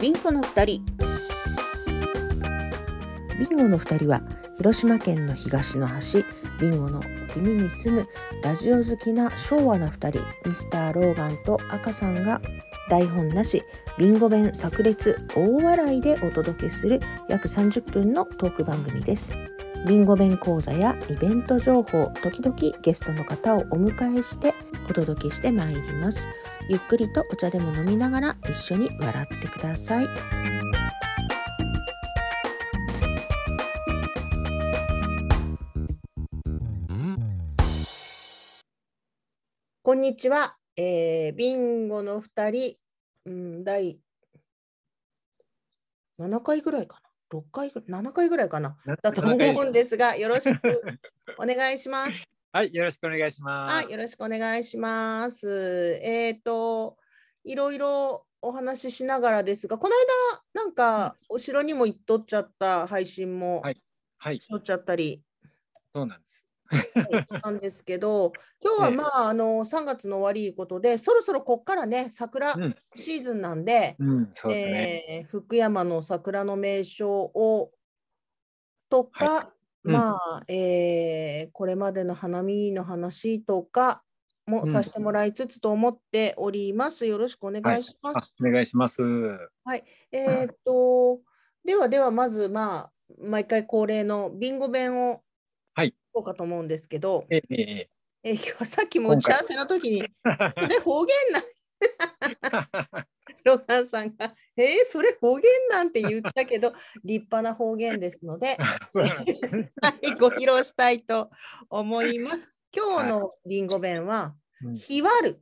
リンゴの二人ビンゴの2人は広島県の東の端ビンゴの国に住むラジオ好きな昭和な2人ミスターローガンと赤さんが台本なしビンゴ弁炸裂大笑いでお届けする約30分のトーク番組です。ビンゴ弁講座やイベント情報時々ゲストの方をお迎えしてお届けしてまいります。ゆっくりとお茶でも飲みながら一緒に笑ってください。こんにちは、えー、ビンゴの二人、うん、第7回ぐらいかな、6回ぐらい、7回ぐらいかな、だと思うんですが、よろしくお願いします。はい、よろしくお願いしまはす。い、よろしくお願いします。えっ、と、いろいろお話ししながらですが、この間、なんか、お城にも行っとっちゃった配信もはいはいし、とっちゃった りそうなんです。したんですけど、今日はねまあ、あの、3月の終わりいうことで、そろそろこっからね、桜うんシーズンなんで、うん、そうですね。えー福山の桜の名所をとか、はうんまあ、えーこれまでの花見の話とかもさせてもらいつつと思っております。よろしくお願いします。あ、お願いします。えーっとではではまず、まあ、毎回恒例のビンゴ弁をはいこうかと思うんですけど、えー ええー今日はさっきも打ち合わせの時に「ーそれ方言なんえロガンさんが「えー、それ方言なんて言ったけ ど立派な方言ですので、ーそうなんですね。はい、ご披露したいと思い ます。今日のりんご弁はう「んひわる」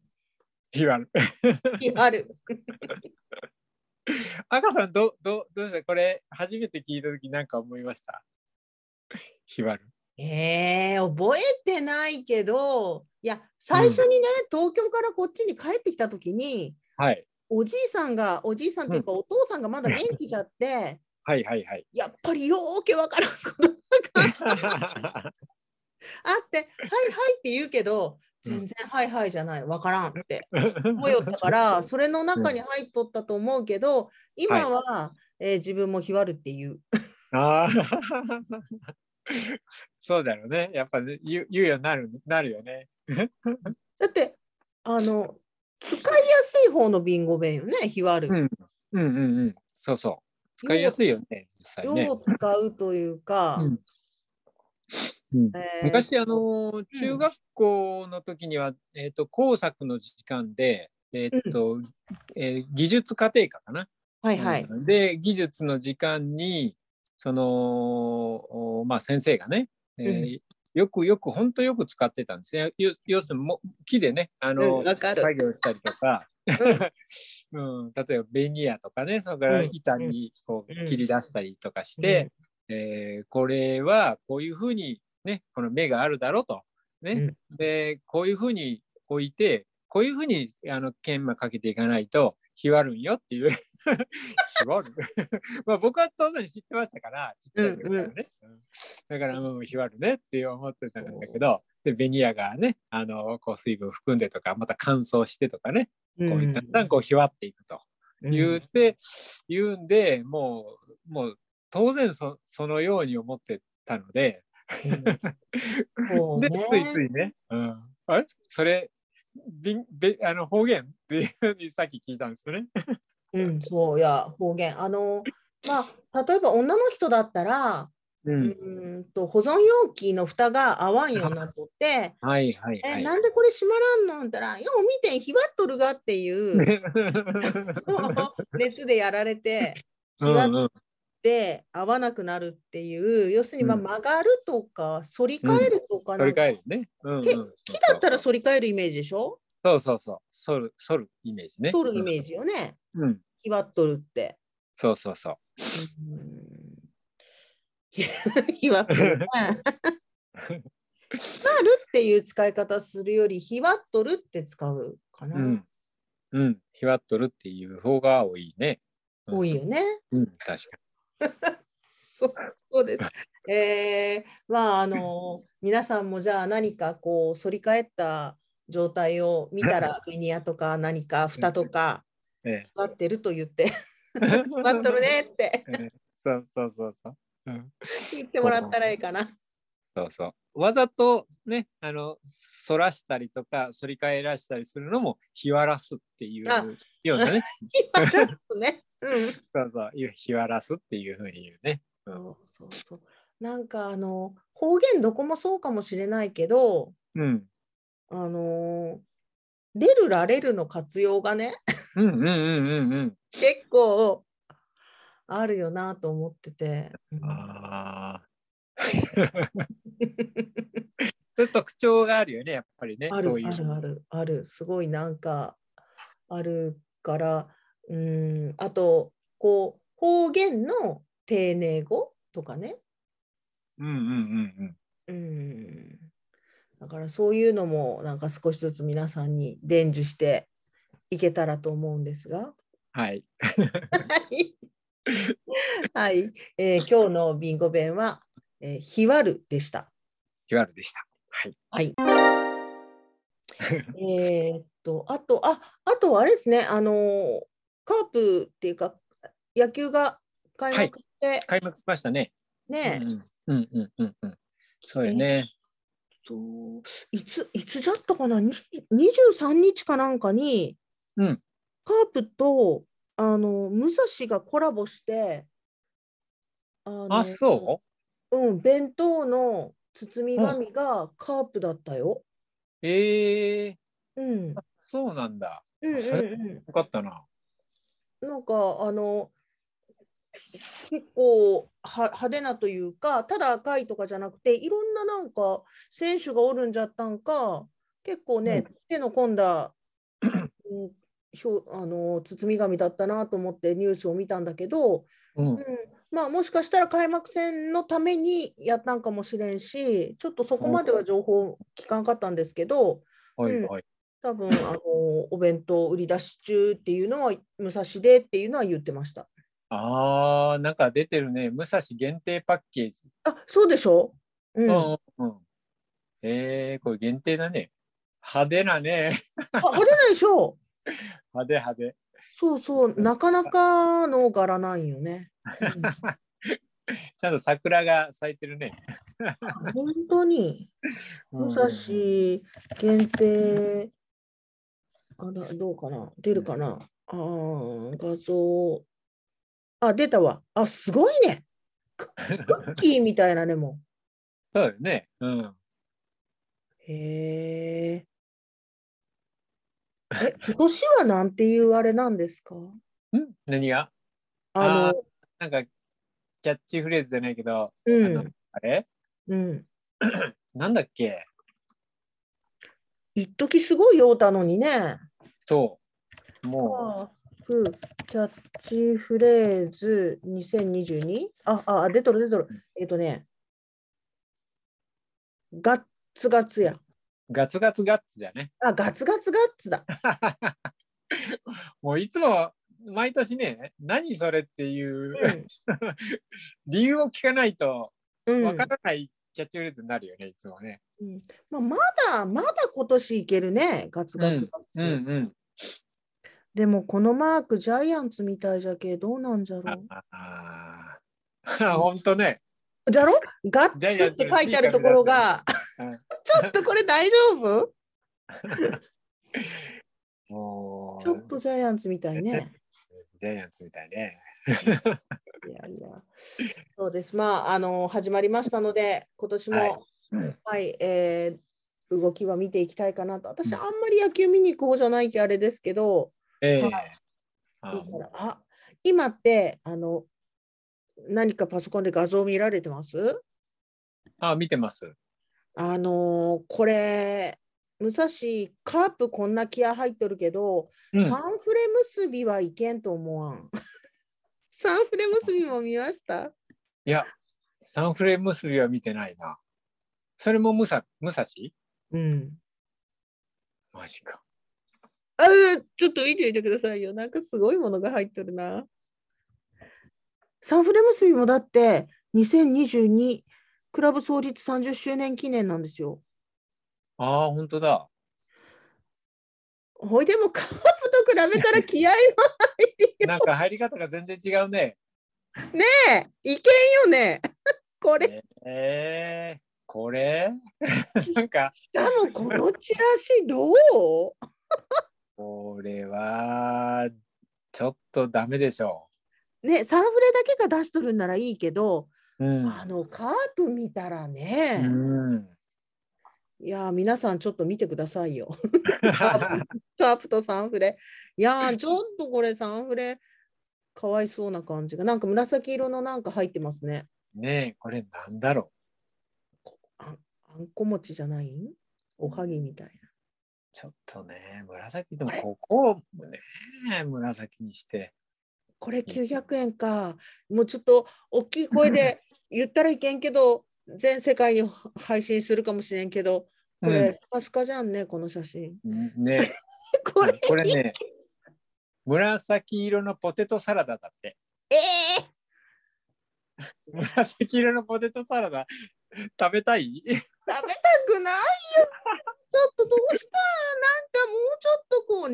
ひわる。 「ひわる 赤さん、どう、どう、どうでしたこれ、初めて聞いたとき、なんか思いました。ひわる。」えー、覚えてないけどいや最初にね、東京からこっちに帰ってきた時にはい。おじいさんがおじいさんっていうか、お父さんがまだ元気じゃってはいは いはい。やっぱりよーけわからんこと あって「はいはい」って言うけどうん全然「はいはい」じゃないわからんって 思いよったからそれの中に入っとったと思うけど今は、えー自分もひわるっていうあーそうだろうね。やっぱね、言う言うようになる、なるよね。だってあの使いやすい方のビンゴ弁よねひわる、うんうんうんうん。そうそう。使いやすいよね、実際ようね。よう使うというか、うんうんえー昔、あのー中学校の時には、えっ、と工作の時間で、えっ、と、えー技術家庭科かな。はいはい、うんで技術の時間にそのおまあ先生がね、えーよくよく本当よく使ってたんですね。要要するにも木でねあの、うんわかる作業したりとか。 うん、例えばベニヤとかねそれからうん板にこうんう切り出したりとかして、えーこれはこういうふうにねこの目があるだろうと、ねでこういうふうに置いてこういうふうにあの研磨かけていかないとひわるんよって いうひわる まあ僕は当然知ってましたからちっちゃい時からね、うんだからもうひわるねって思ってたんだけどでベニヤがねあのこう水分含んでとかまた乾燥してとかねこうだんだんこうひわっていくと。うん言うて、言うんでもうもう当然そそのように思ってたので、そうでねついついね、うん、あれそれびんべあの方言っていうふうにさっき聞いたんですよね。うん、そういや方言あのまあ例えば女の人だったら、う、うーんと保存容器の蓋が合わんようになっとって はいはいえはい。 なんでこれ閉まらんのんたら「よう見てんひわっとるが」って いうもう熱でやられてうんうんで合わなくなるっていう要するにまあうん曲がるとか反り返るとかそなれんか、かえるね。うんうん、け木だったらそ反うり返るイメージでしょそうそうそうそるそるイメージね。反るイメージよねうん。うん、ひわっとるって。そうそうそう。 ひ わっとるね。 ひわるっていう使い方するよりひわっとるって使うかな、うん。うん。ひわっとるっていう方が多いね。うん多いよね。うん、確か そうそうです。えー、まああの皆さんもじゃあ何かこう反り返った状 態を見たらウニアとか何か蓋とかに。ええ 座ってると言って待っとるねってそうそうそうそう。うん、言ってもらったらいいか な。そうそう。わざとね、あの、反らしたりとか、反り返らしたりするのも、日わらすっていうあような ね。今ですね。うん。そうそう。日わらすっていうふうに言うね。そうそうそう。なんかあの方言どこもそうかもしれないけど、うん。あのレルラレルの活用がね、うんうんうんうんうん。結構あるよなと思ってて。ああ。そういう特徴があるよね、やっぱりね。あそるういう。あるあるあるすごいなんかあるからうんあとこう方言の丁寧語とかねうんうんうんうんだからそういうのもなんか少しずつ皆さんに伝授していけたらと思うんです がうん。はい。はい、はいえー今日のビンゴ弁は「えーひわる」でした。ヒワルでした。はい。 はい。えーっと、あと、あ、あとあれですね、あのー、カープっていうか、野球が開幕して、開幕しましたね。ね、うんうんうんうんうん。そうよね。といつ、いつじゃったかな、に23日かなんかに、うん。カープと、あの、武蔵がコラボして、あのあ、そうう、ん、弁当の包み紙がカープだったよ。ええー、うん。そうなんだ。うんうんあそれうん。よかったな。なんかあの結構は派手なというかただ赤いとかじゃなくていろんななんか選手がおるんじゃったんか結構ね、手の込んだうんひょあの包み紙だったなと思ってニュースを見たんだけど、うんうん。まあ、もしかしたら開幕戦のためにやったんかもしれんしちょっとそこまでは情報聞かんかったんですけど。はいはい。多分あのお弁当売り出し中っていうのは武蔵でっていうのは言ってました。ああ、なんか出てるね。武蔵限定パッケージ。あそうでしょ、う、うんんうん。ええー、これ限定だね。派手なね。 あ派手ないでしょ派手派手。そうそうなかなかの柄なんよね。うんちゃんと桜が咲いてるね。本当に武蔵限定あらどうかな出るかなあー画像あ出たわあすごいねクッキーみたいなねもう。そうよね。うん。へ え。え、今年はなんていうあれなんですかん何がああーなんかキャッチフレーズじゃないけど、の、うあのん、あれうん。なんだっけ一時すごい酔うたのにね。そう。カもープキャッチフレーズ 2022? あ、あ、あ出とる出とる。えっ、とね、ガッツガツや。うガツガツガッツだね。あ、ガツガツガッツだ。もういつも毎年ね、何それっていううん理由を聞かないとうんわからないキャッチフレーズになるよね、いつもね。うんまあ、まだまだ今年いけるね、ガツガツガッツ。うん。でもこのマークジャイアンツみたいじゃけどうなんじゃろうああー。 本当ね。じゃろガッジャイツアっンツて書いてあるところがうんちょっとこれ大丈夫もうちょっとジャイアンツみたい ね。ジャイアンツみたいね。いやいやそうですまああの始まりましたので今年もははいい、うんえー動きは見ていきたいかなとうん私あんまり野球見に行く方じゃないきあれですけど、ええはいあいいからあ今ってあの何かパソコンで画像見られてますあ、見てます。あのーこれ武蔵カープこんな気合入っとるけど、うんサンフレ結びはいけんと思わん。 サンフレ結びも見ましたいや、サンフレ結びは見てないな。それも武蔵武蔵うん。マジか。あーちょっと見てみてくださいよ。なんかすごいものが入っとるな。サンフレ結びもだって2022クラブ創立30周年記念なんですよ。ああ、本当だ。ほいでもカープと比比べたら気合いはなんか入り方が全然違うね。ねえいけんよね これしえー、これ なんか、かもこのチラシどうこれは、ちょっとダメでしょねサーフレだけが出しとるんならいいけどう。うん。あのカープ見たらね、うん、いやー皆さんちょっと見てくださいよ カープカープとサンフレいやーちょっとこれサンフレかわいそうな感じがなんか紫色のなんか入ってますね ねえ、これなんだろ。ああんこ餅じゃないおはぎみたいうちょっとね、紫でもここをね、紫にして。なこれ900円かもうちょっと大きい声で言ったらいけんけど全世界に配信するかもしれんけどこれ、スカスカじゃんねこの写真うん、ね これこれね、紫色のポテトサラダだって。ええ紫色のポテトサラダ、食べたい食べたく ないよ。ちょっとどうしたな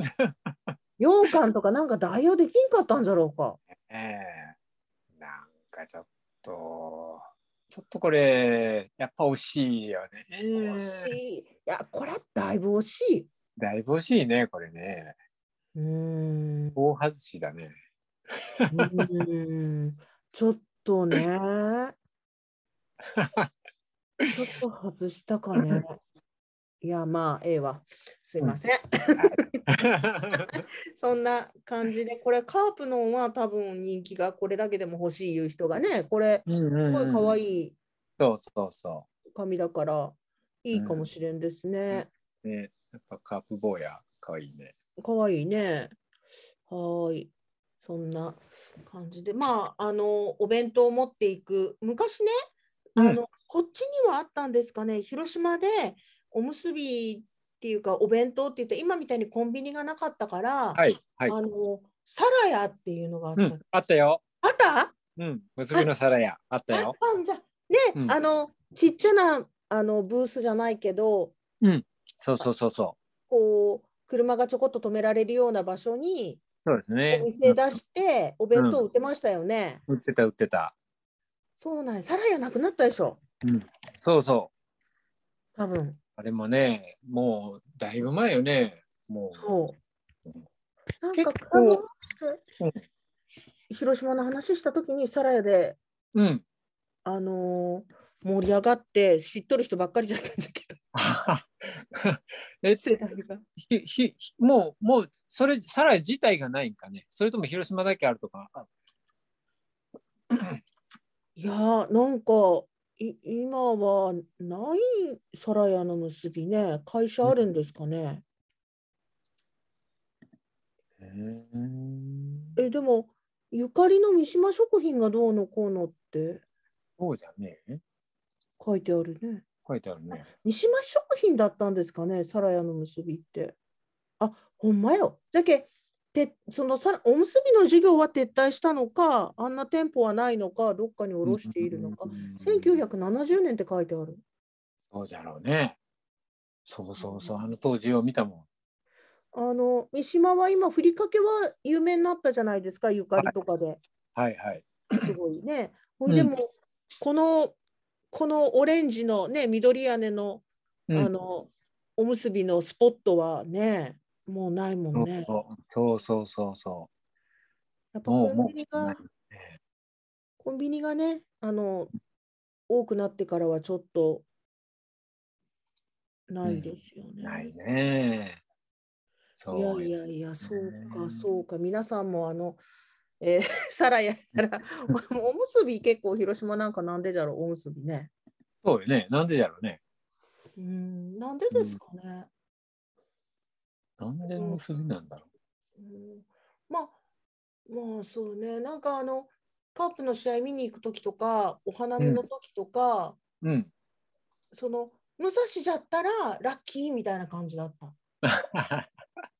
んかもうちょっとこうね。羊羹とかなんか代用できんかったんじゃろうか。ええなんかちょっと、ちょっとこれ、やっぱ惜しいよね。惜しい。いや、これだいぶ惜しい。だいぶ惜しいね、これね。うーん。う大外しだね。ーんちょっとね。 ちょっと外したかね。いや、まあ、ええわ。すいません。そんな感じで、これカープのは多分人気がこれだけでも欲しいいう人がね、これうんうん うすんごい可愛い。いそうそうそ紙だからいいかもしれんですね。う。ね、やっぱカープ坊や、可愛いね。可愛いね。はーい。そんな感じで、まああのお弁当を持っていく昔ね、うんあのこっちにはあったんですかね。広島でおむすびっていうかお弁当って言って今みたいにコンビニがなかったから、はい、はい。あのサラヤっていうのがあった。うん、あったよ。あった？うん、結びの皿屋、あったあっよ。たんじゃ。ね、うんあのちっちゃなあのブースじゃないけど、そうそうそうそこう車がちょこっと止められるような場所にう。そうですねお。店出してお弁当売ってましたよね。うん売ってた、売ってた。そうなんやサラヤなくなったでしょそうそう。多分あれもね、もうだいぶ前よね。もそう。なん結か構クラブハうウんス広島の話した時にサラヤで、う。うん。 あのー盛り上がって知っとる人ばっかりじゃったんじゃけどえ、世代が。ひ、ひ、ひもう、もう、それ、サライ自体がないんかね。それとも広島だけあるとか。あいやーなんかい今はないサラヤの結びね会社あるんですかね。え、でも、ゆかりの三島食品がどうのこうのってそうじゃねえ。書いてあるね。書いてあるね。三島食品だったんですかね、サラヤの結びって。あ、ほんまよ。じゃけ、てそのさおむすびの授業は撤退したのか、あんな店舗はないのか、どっかに下ろしているのか。うん。 1970年って書いてある。そうじゃろうね。そうそうそう。あの当時を見たもあの、三島は今、ふりかけは有名になったじゃないですか、ゆかりとかで。ん。はいはい。すごいね。ほういんでも、この、このオレンジのね、緑屋根の、うんあの、おむすびのスポットはね、もうないもんね。そうそうそうそやっぱう。もコう、もンうビニ。なが、コンビニがね、あの、多くなってからはちょっと、ないですよね。ないね。そうよ。いやいやいや、そううか、んそうか、皆さんもあの、えー、 サラや から、おむすび結構広島なんかなんでじゃろう、おむすびね。そうよね。なんでじゃろうね。うん、なんでですかね。なんで結びなんだろうん、まあ、まあそうね、なんかあの、カープの試合見に行くときとか、お花見のときとか、う。うん。その、武蔵じゃったらラッキーみたいな感じだった。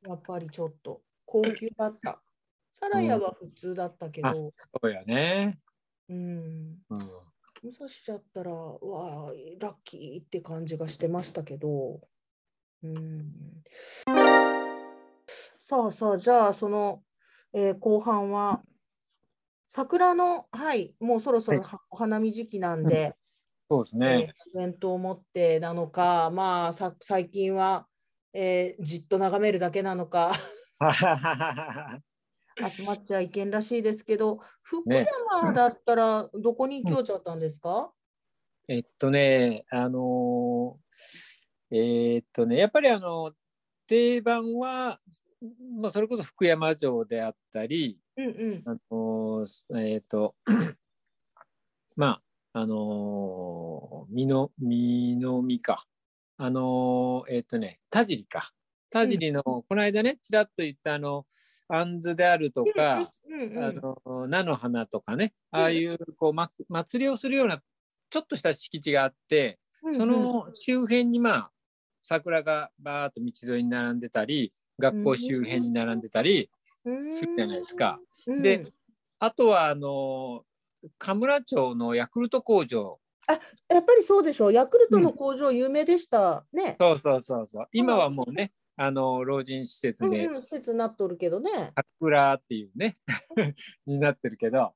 やっぱりちょっと、高級だった。サラヤは普通だったけ あど、そうやね。うん、うん。武蔵じゃったら、わあ、ラッキーって感じがしてましたけど、うん。さあさあ、じゃあ、その、えー後半は、桜の、はい、もうそろそろはお花見時期なんで、そうですね。えーイベントを持ってなのか、まあ、さ最近は、えーじっと眺めるだけなのか、 集まっちゃいけんらしいですけど、福 ね山だったら、どこに行きよっちゃったんですか、えっとね、あのーえっとね、やっぱりあの、定番は、まあ、それこそ福山城であったり、うん、うんあのーえっと、 まあ、あのー、みの、みのみか。あのーえっとね、田尻か。田尻の、この間ね、ちらっと言ったあの、あんずであるとか、うんうあんの菜の花とかねああいうこう、ま、祭りをするようなちょっとした敷地があってうん、その周辺にまあ桜がバーっと道沿いに並んでたり学校周辺に並んでたりするじゃないですか。うん。うんであとはあの神村町のヤクルト工場やっぱりそうでしょう、ヤクルトの工場、有名でしたね。そうそうそうそう今はもうねあの老人施設うんでうん、施設になっとるけどね。桜っていうね になってるけど、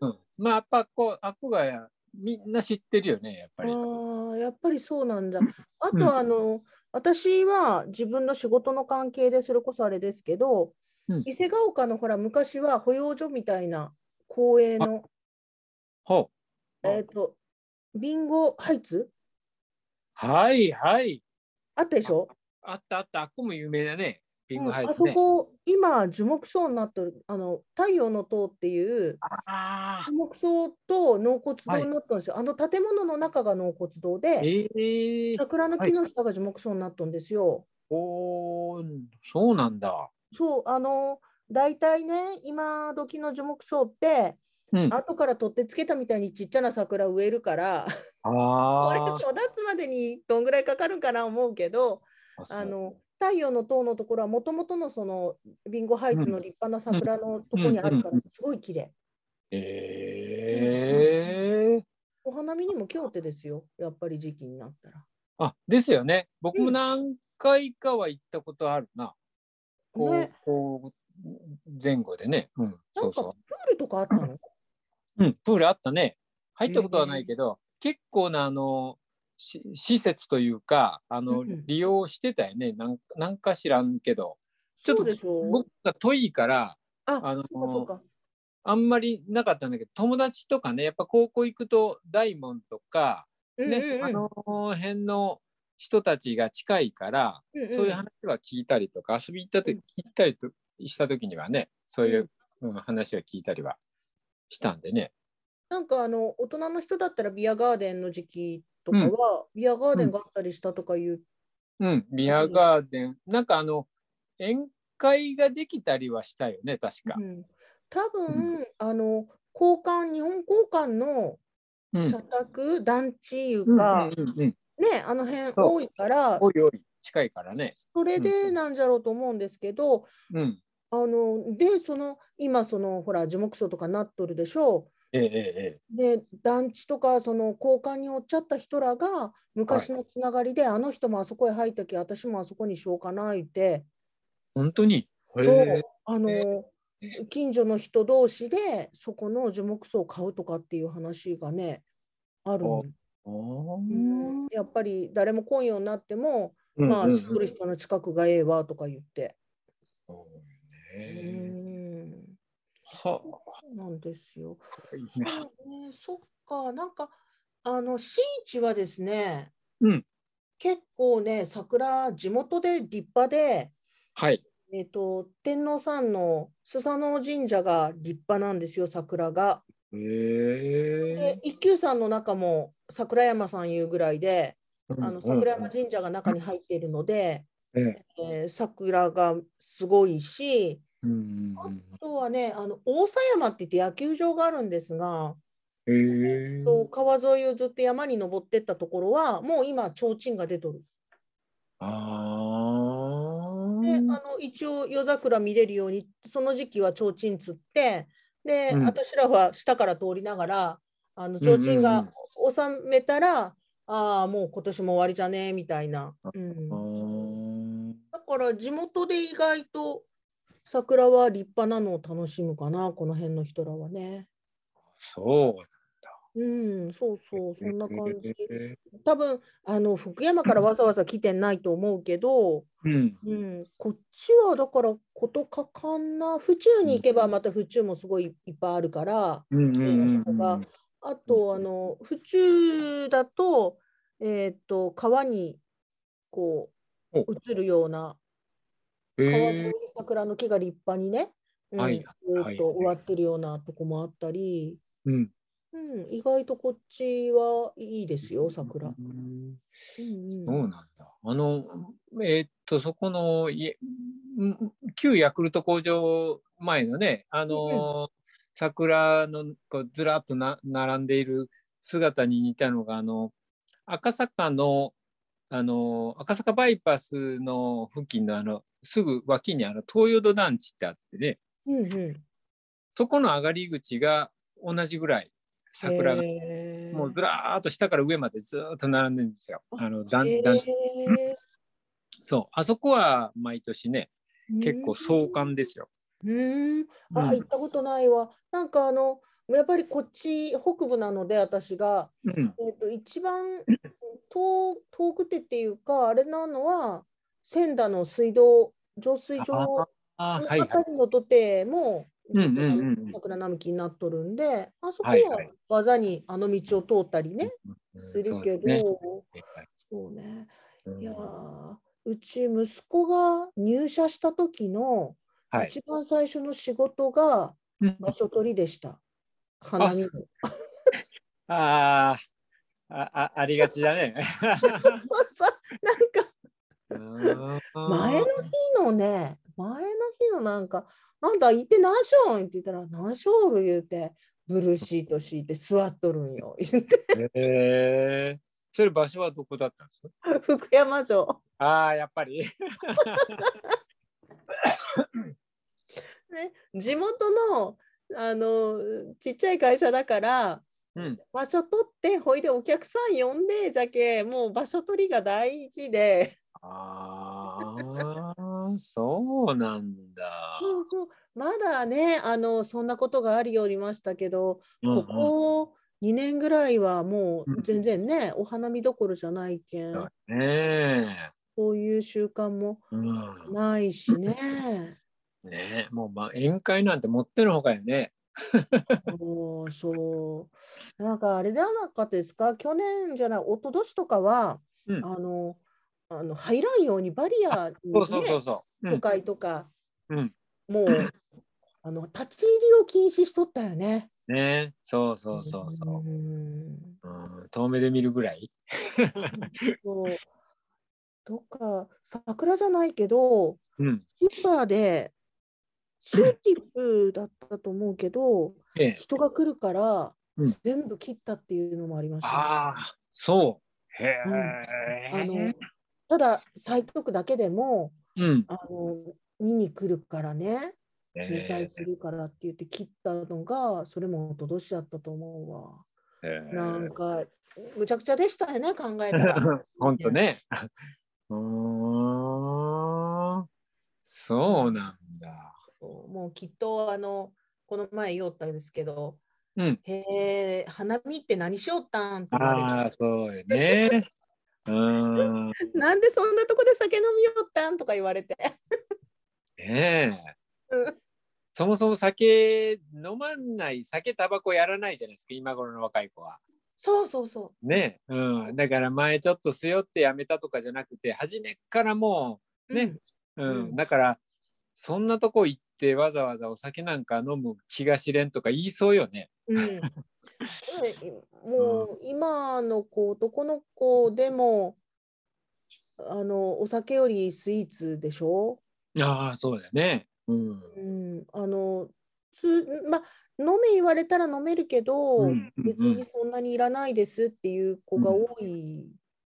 うん、まあやっぱこうあっこがみんな知ってるよねやっぱり。ああ、やっぱりそうなんだ。あうんと、あの、私は自分の仕事の関係で、それこそあれですけどうん、伊勢ヶ丘のほら、昔は保養所みたいな公営の、ほうあえっと、ビンゴハイツはいはい。あったでしょあったあった。あっこも有名だね。ビンうグんハイあスそね。こ、今、樹木葬になってる、あの、太陽の塔っていう、ああ。樹木葬と納骨堂はいになったんですよ。あの建物の中が納骨堂で、ええー。桜の木の下が樹木葬になったんですよ。おーそうなんだ。そう、あの、大体ね、今時の樹木葬って、うん。あ後から取ってつけたみたいにちっちゃな桜植えるから、 これあ育つまでにどんぐらいかかるんかな思うけど、ー。あそう、の、太陽の塔のところはもともとのそのビンゴハイツの立派な桜のところにあるかうんうんらうんすごい綺麗。ええー。お花見にも京手ですよ、やっぱり時期になったら。あですよね。僕うもん何回かは行ったことあるな。こう、ねこう前後でね。うん。なそんうかプそールとかあったのう。うん。プールあったね。入ったことはないけど、結構なあのし施設というかあの、うんうん利用してたよねなんなんか知らんけどちょっそとうでしょう僕が遠いからあ、あのそうかそうか。あんまりなかったんだけど友達とかねやっぱ高校行くと大門とか、うんねうんうんあの辺の人たちが近いから、うんうんそういう話は聞いたりとか遊び行ったとう聞いたりとした時にはねそういう、うん話は聞いたりはしたんでね。なんかあの大人の人だったらビアガーデンの時期とかは、ビアガーデンがあったりしたとかいう、うん、ビアガーデン、なんかあの、宴会ができたりはしたよね、確かう。ん、多分、あの交換日本交換のうん社宅、団地いううんか、うんうんねあの辺そう多いからおいおい、近いからね。それうんでうんなんじゃろうと思うんですけど、うん。あのでその今そのほら樹木葬とかなっとるでしょう。えええええで団地とかその交換におっちゃった人らが昔のつながりで、あの人もあそこへ入ったき私もあそこにしようかな言って本当に。そへうえあの近所の人同士でそこの樹木葬を買うとかっていう話がねあるのあーうんやっぱり誰も来んようになっても、うんまあうんうん来る人の近くがええわとか言って、そううねん、はそうなんですよ。あいいなそうね、そっか、なんか、あの、新地はですね、うん結構ね、桜、地元で立派で、はい。えっと、天皇さんの須佐能神社が立派なんですよ、桜が。へでえ、一休さんの中も桜山さんいうぐらいで、あの桜うんう山ん神社が中に入っているので、えええー桜がすごいし、うんうんあとはね、あの大狭山って言って野球場があるんですが、うん。へえ。と川沿いをずっと山に登ってったところはもう今提灯が出とる。あでああ。の一応夜桜見れるようにその時期は提灯つってで、うん私らは下から通りながらあの提灯が収めたら、ああもう今年も終わりじゃねみたいな、うんうんうんうんだから地元で意外と桜は立派なのを楽しむかな、この辺の人らはね。そう。うん、そうそう、そんな感じ。え多分あの福山からわざわざ来てないと思うけど、ーうん。うん、こっちはだからことかかんな府中に行けばまた府中もすごいいっぱいあるからうんうんうんうがん。あとあの府中だと,、えー、と川にこうお映るようなえ川沿いーに、桜の木が立派にね、うんはいずーっとはい植わってるようなとこもあったり、うん。うん、意外とこっちはいいですよ桜。ううんんそううんなんだ。あの、えーっと、そこの、いえん旧ヤクルト工場前のね、あの、桜のこうずらっとな並んでいる姿に似たのが、あの、赤坂の、あの、赤坂バイパスの付近の、あの、すぐ脇にあの東洋土団地ってあってね、うんそこの上がり口が同じぐらい桜が、へーもうずらーっと下から上までずーっと並んでるんですよ。あの、団へ団地ーそう、あそこは毎年ね、結構壮観ですよ。うん、あ、うん行ったことないわ。なんかあの、やっぱりこっち北部なので、私が、うん、えっと、一番遠、遠くてっていうか、あれなのは、仙台の水道、浄水場のあーはいはあたい。りの土手も、うんずっとあのうんうんうん桜並木になっとるんで、あそこはいははいわざにあの道を通ったりね、するけうんそうど、ですねはいそうね。うんいやー、うち息子が入社した時の、はい一番最初の仕事がうん場所取りでした。花見の そうあーああありがちだね。そうそうなんか前前の日のね、前の日のなんか、あんた行って何しょんって言ったら、何しょる言うて、ブルーシート敷いて座っとるんよ。言って、えー、それ場所はどこだったんですか 福山城。ああ、やっぱり。ね、地元の、あの、ちっちゃい会社だから、うん、場所取って、ほいでお客さん呼んで、じゃけ、もう場所取りが大事で。ああ、そうなんだ。そうそうまだねあのそんなことがありよりましたけど、うんこうんこ2年ぐらいはもううん全然ね、お花見どころじゃないけん、そうねえ。そういう習慣もうんないしね、ねえ、もうまあ宴会なんて持ってるほかよね。そうそうなんかあれじゃなかったですか去年じゃない一昨年とかは、うんあのあの入らんようにバリアに、ねそうそうそうそう。うん都会とか、うんもうあの立ち入りを禁止しとったよね。ねそうそうそうそうんう。うん、遠目で見るぐらい。そう。どっか桜じゃないけど、うん。スーパーでチューリップだったと思うけど、ええ。人が来るからうん全部切ったっていうのもありましたね、ああ、そう。へあのえ。ただ咲いとくだけでもうん。あの見に来るからね渋え滞するからって言って切ったのがそれもおととしだったと思うわ。なんえかむちゃくちゃでしたよね考えたら。 本当ね。うーん。そうなんだ。もうきっとあのこの前言おったんですけどうん。へえ、花見って何しよったんって言われてああ、そうよね。うん。なんでそんなとこで酒飲みよったんとか言われて。 ねえ。うんそもそも酒飲まない、酒、タバコやらないじゃないですか、今頃の若い子は。そうそうそね、うん、だから前ちょっとすよってやめたとかじゃなくて、初めっからもう。ねう、うん、うんだから、そんなとこ行ってわざわざお酒なんか飲む気が知れんとか言いそうよね。うん。うん、もう 今の子男の子でもあのお酒よりスイーツでしょ、ああ、そうだよね。うん。うん、あのつまあ飲め言われたら飲めるけど、うんうんうん別にそんなにいらないですっていう子が多いそで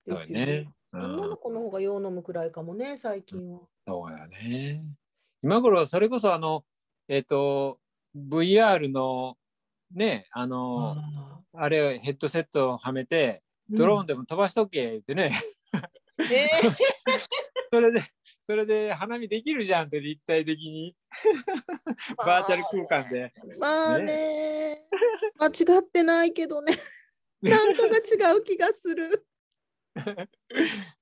うだすよよねね。。う女のん、子の方がよう飲むくらいかもね、最近は。そうだね。今頃、それこそあの、えっ、と、VR の、ね、あの、あれ、ヘッドセットをはめて、ドローンン。 でも飛ばしとけってね、ね それで、それで花見できるじゃんって立体的 にバーチャル空間で。まあね間違ってないけ どねなんとか違う気がする。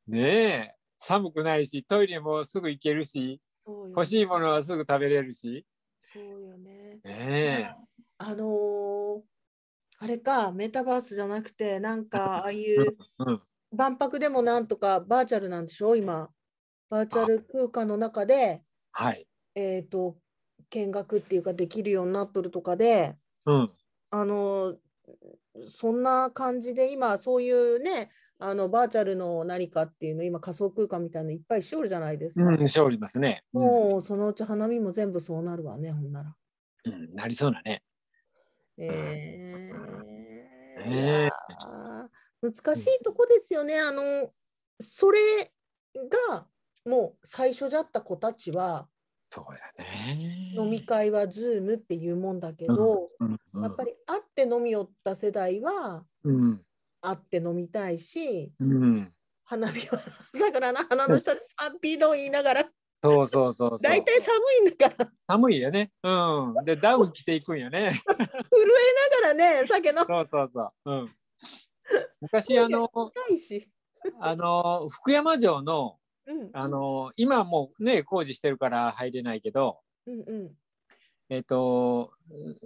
ねえ寒くないしトイレもすぐ行けるしそうよ欲しいものはすぐ食べれるし。そうよね。ねあのーあれかメタバースじゃなくてなんかああいうえ。うん万博でもなんとかバーチャルなんでしょ今バーチャル空間の中ではい。えっ、と見学っていうかできるようになっとるとかでうん。あのそんな感じで今そういうねあのバーチャルの何かっていうの今仮想空間みたいのいっぱいしおるじゃないですか、うん、勝利ますね。うんもうそのうち花見も全部そうなるわねほんなら。うん、なりそうだね。えーねえいやー難しいとこですよねあのそれがもう最初じゃった子たちはそうだね。飲み会は Zoom っていうもんだけど、うんうん、やっぱり会って飲み寄った世代はうん。会って飲みたいしうん。花火はだからな鼻の下でサンピード言いながらそうそうそうそう。大体寒いんだから寒いよね。うん。で、ダウン着ていくんよね。震えながらね酒飲そうそうそう。うん。昔、あの、みたいし、あの、福山城の、うん、あの、今もうね、工事してるから入れないけど、うんうんえっ、と、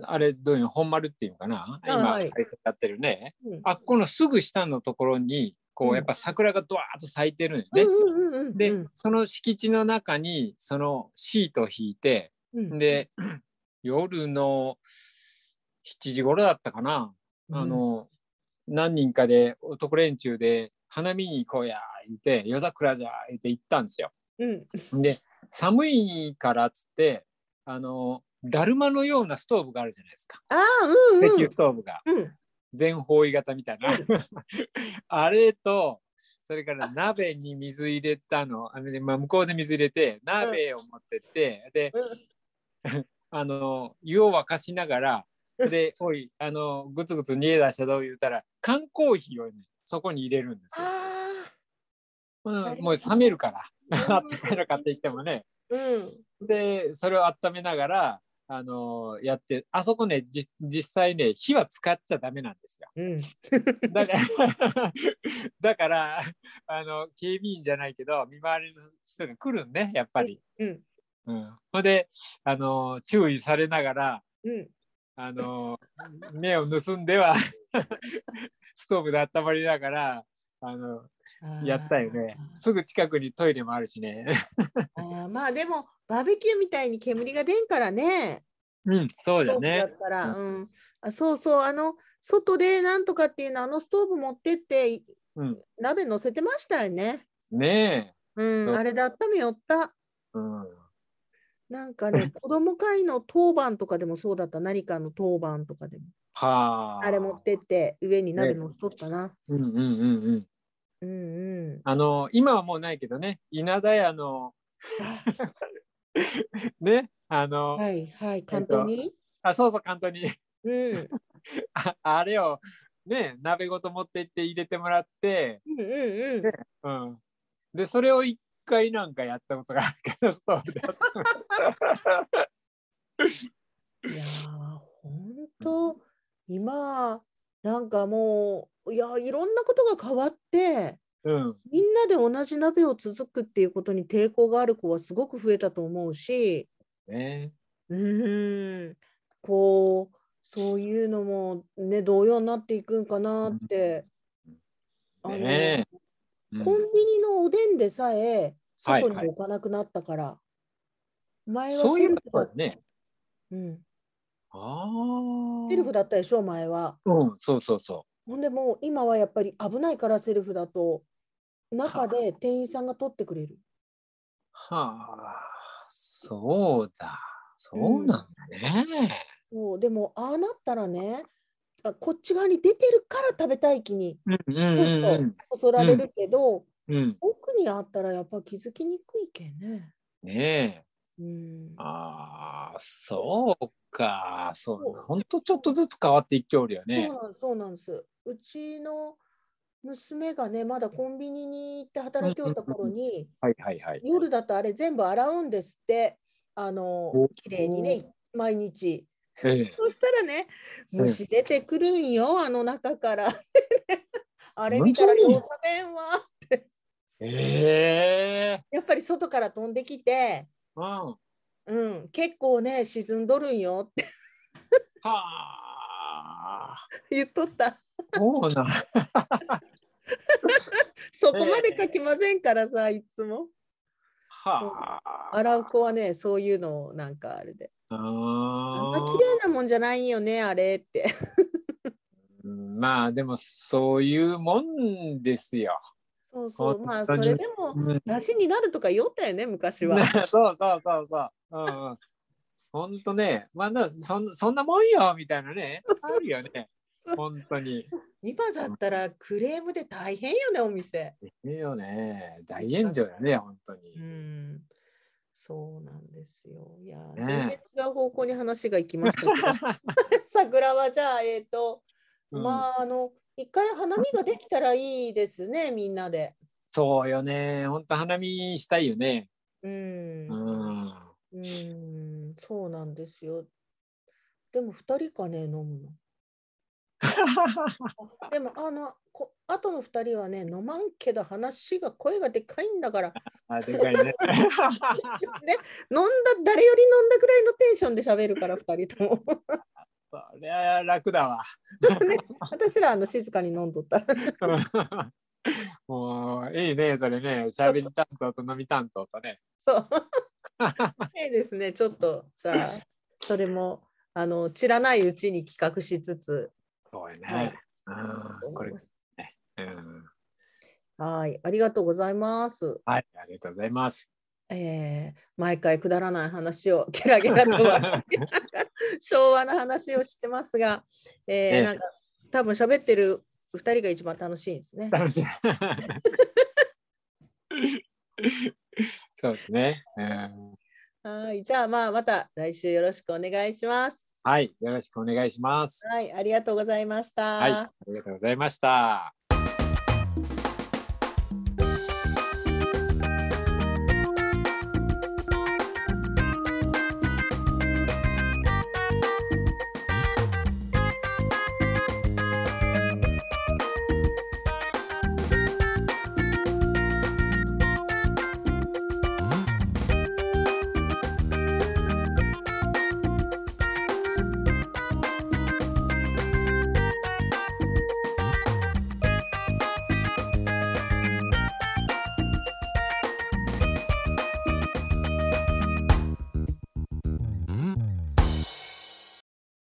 あれ、どういうの、本丸っていうのかなあ今、はいやってるね。うんあっこのすぐ下のところに、こうう、んやっぱ桜がドワーッと咲いてるんようね。んうんうんうんで、その敷地の中にそのシートを引いてうんで夜の7時頃だったかな、あの何人かで男連中で花見に行こうや言って夜桜じゃ言って行ったんですよ。うんで寒いからっつってあのだるまのようなストーブがあるじゃないですかああ、うん、石うん。油ストーブがうん、全方位型みた いなあれとそれから鍋に水入れたのあの、まあ、向こうで水入れて鍋を持ってって、で あの湯を沸かしながらで「おいあのグツグツ煮え出したどう?」言うたら缶コーヒーを、ね、そこに入れるんですよ。あうなんるほどもう冷めるからあ。 あったかいの買ってきてもね。うん。でそれを温めながらあのやってあそこねじ実際ね火は使っちゃダメなんですよ。うん。だから だからあの警備員じゃないけど見回りの人が来るんねやっぱり。うん。うん、ほんであの注意されながらうん。あの目を盗んでは ストーブで温まりながらあのやったよねすぐ近くにトイレもあるしねあー。あーまあ、でも、バーベキューみたいに煙が出んからね。うんそうだストーねブだったら、うん。あ、そうそう、あの、外でなんとかっていうの、あのストーブ持ってって。いうん鍋乗せてましたよね。ねえ、う、そうんあれで温めよった。うん、なんか ね、子供会の当番とかでもそうだった、何かの当番とかでも。はああれ持ってって、上に鍋乗っとったな。うんうんうんうんうんうん。あの今はもうないけどね稲田屋のねあの、はいはい、簡単に。あそうそう簡単に うん。うんああれをね鍋ごと持って行って入れてもらって、うんうん。うん、でそれを一回なんかやったことがあるからストーブでやったいやー、本当今、なんかもう、いやー、いろんなことが変わって、うんみんなで同じ鍋を続くっていうことに抵抗がある子はすごく増えたと思うし、ねうーん、こう、そういうのもね、同様になっていくんかなって。あの、ねうんコンビニのおでんでさえ、はい外にはい置かなくなったから。前はそういセルうこフとだだねうん、ああセルフだったでしょ前は。うんそうそうそほんでもう今はやっぱり危ないからセルフだと中で店員さんが取ってくれる。うはあそうだそうなんだね、そうでもああなったらねあこっち側に出てるから食べたい気にうんうんうんそそられるけど、うんうん奥にあったらやっぱ気づきにくいけんね。ねえうん、ああ、そうか。そうそう本当ちょっとずつ変わっていっておるよねそう。なんそうなんです。うちの娘がね、まだコンビニに行って働きおった頃に、はいはいはい。夜だとあれ全部洗うんですって、あのお、綺麗にね、毎日。ええそしたらね、うん虫出てくるんよ、あの中 から。あれ本見た当らによかべんわ。ええやっぱり外から飛んできて、うん。はうん、結構ね、沈んどるんよってあ。言っとった。そうなん。そこまで書きませんからさ、いつも。はあ。洗う子はね、そういうのをなんかあれで。ああーんま綺麗なもんじゃないよね、あれって。うんまあでもそういうもんですよ。そうそう、本当にまあ、それでも、うん出汁になるとか言おったよね、昔は。 そうそうそうそう。うんうん。本当ね、まあなそんそんなもんよみたいなね、あるよね。本当に。今だったらクレームで大変よね、お店。いいよね。大炎上だね、本当に。うん。そうなんですよ。いやー、ねえ全然違う方向に話が行きましたけど。 桜はじゃあ、えっ、と、うんまあ、あの、一回花見ができたらいいですね、みんなで。そうよね。本当花見したいよね。うんう。ん。うん、そうなんですよ。でも、二人かね、飲むの。でも、あの、こ後の二人はね、飲まんけど、話が、声がでかいんだから、あでかい ね。ね、飲んだ誰より飲んだぐらいのテンションで喋るから2人とも そりゃ楽だわ。 私らあの静かに飲んどったらもういいね、それね。喋り担当と飲み担当とね。そう いいですねちょっとじゃあそれもあの散らないうちに企画しつつそうやはいね。うんこれ、うん。はいありがとうございます、はい、ありがとうございます。えー毎回くだらない話をゲラゲラと笑いながら 昭和の話をしてますが、えーええなんか多分喋ってる2人が一番楽しいんですね。 楽しい。そうですね、うん。はい、じゃあまあまた来週よろしくお願いします。はい、よろしくお願いします。はい、ありがとうございました。はい、ありがとうございました。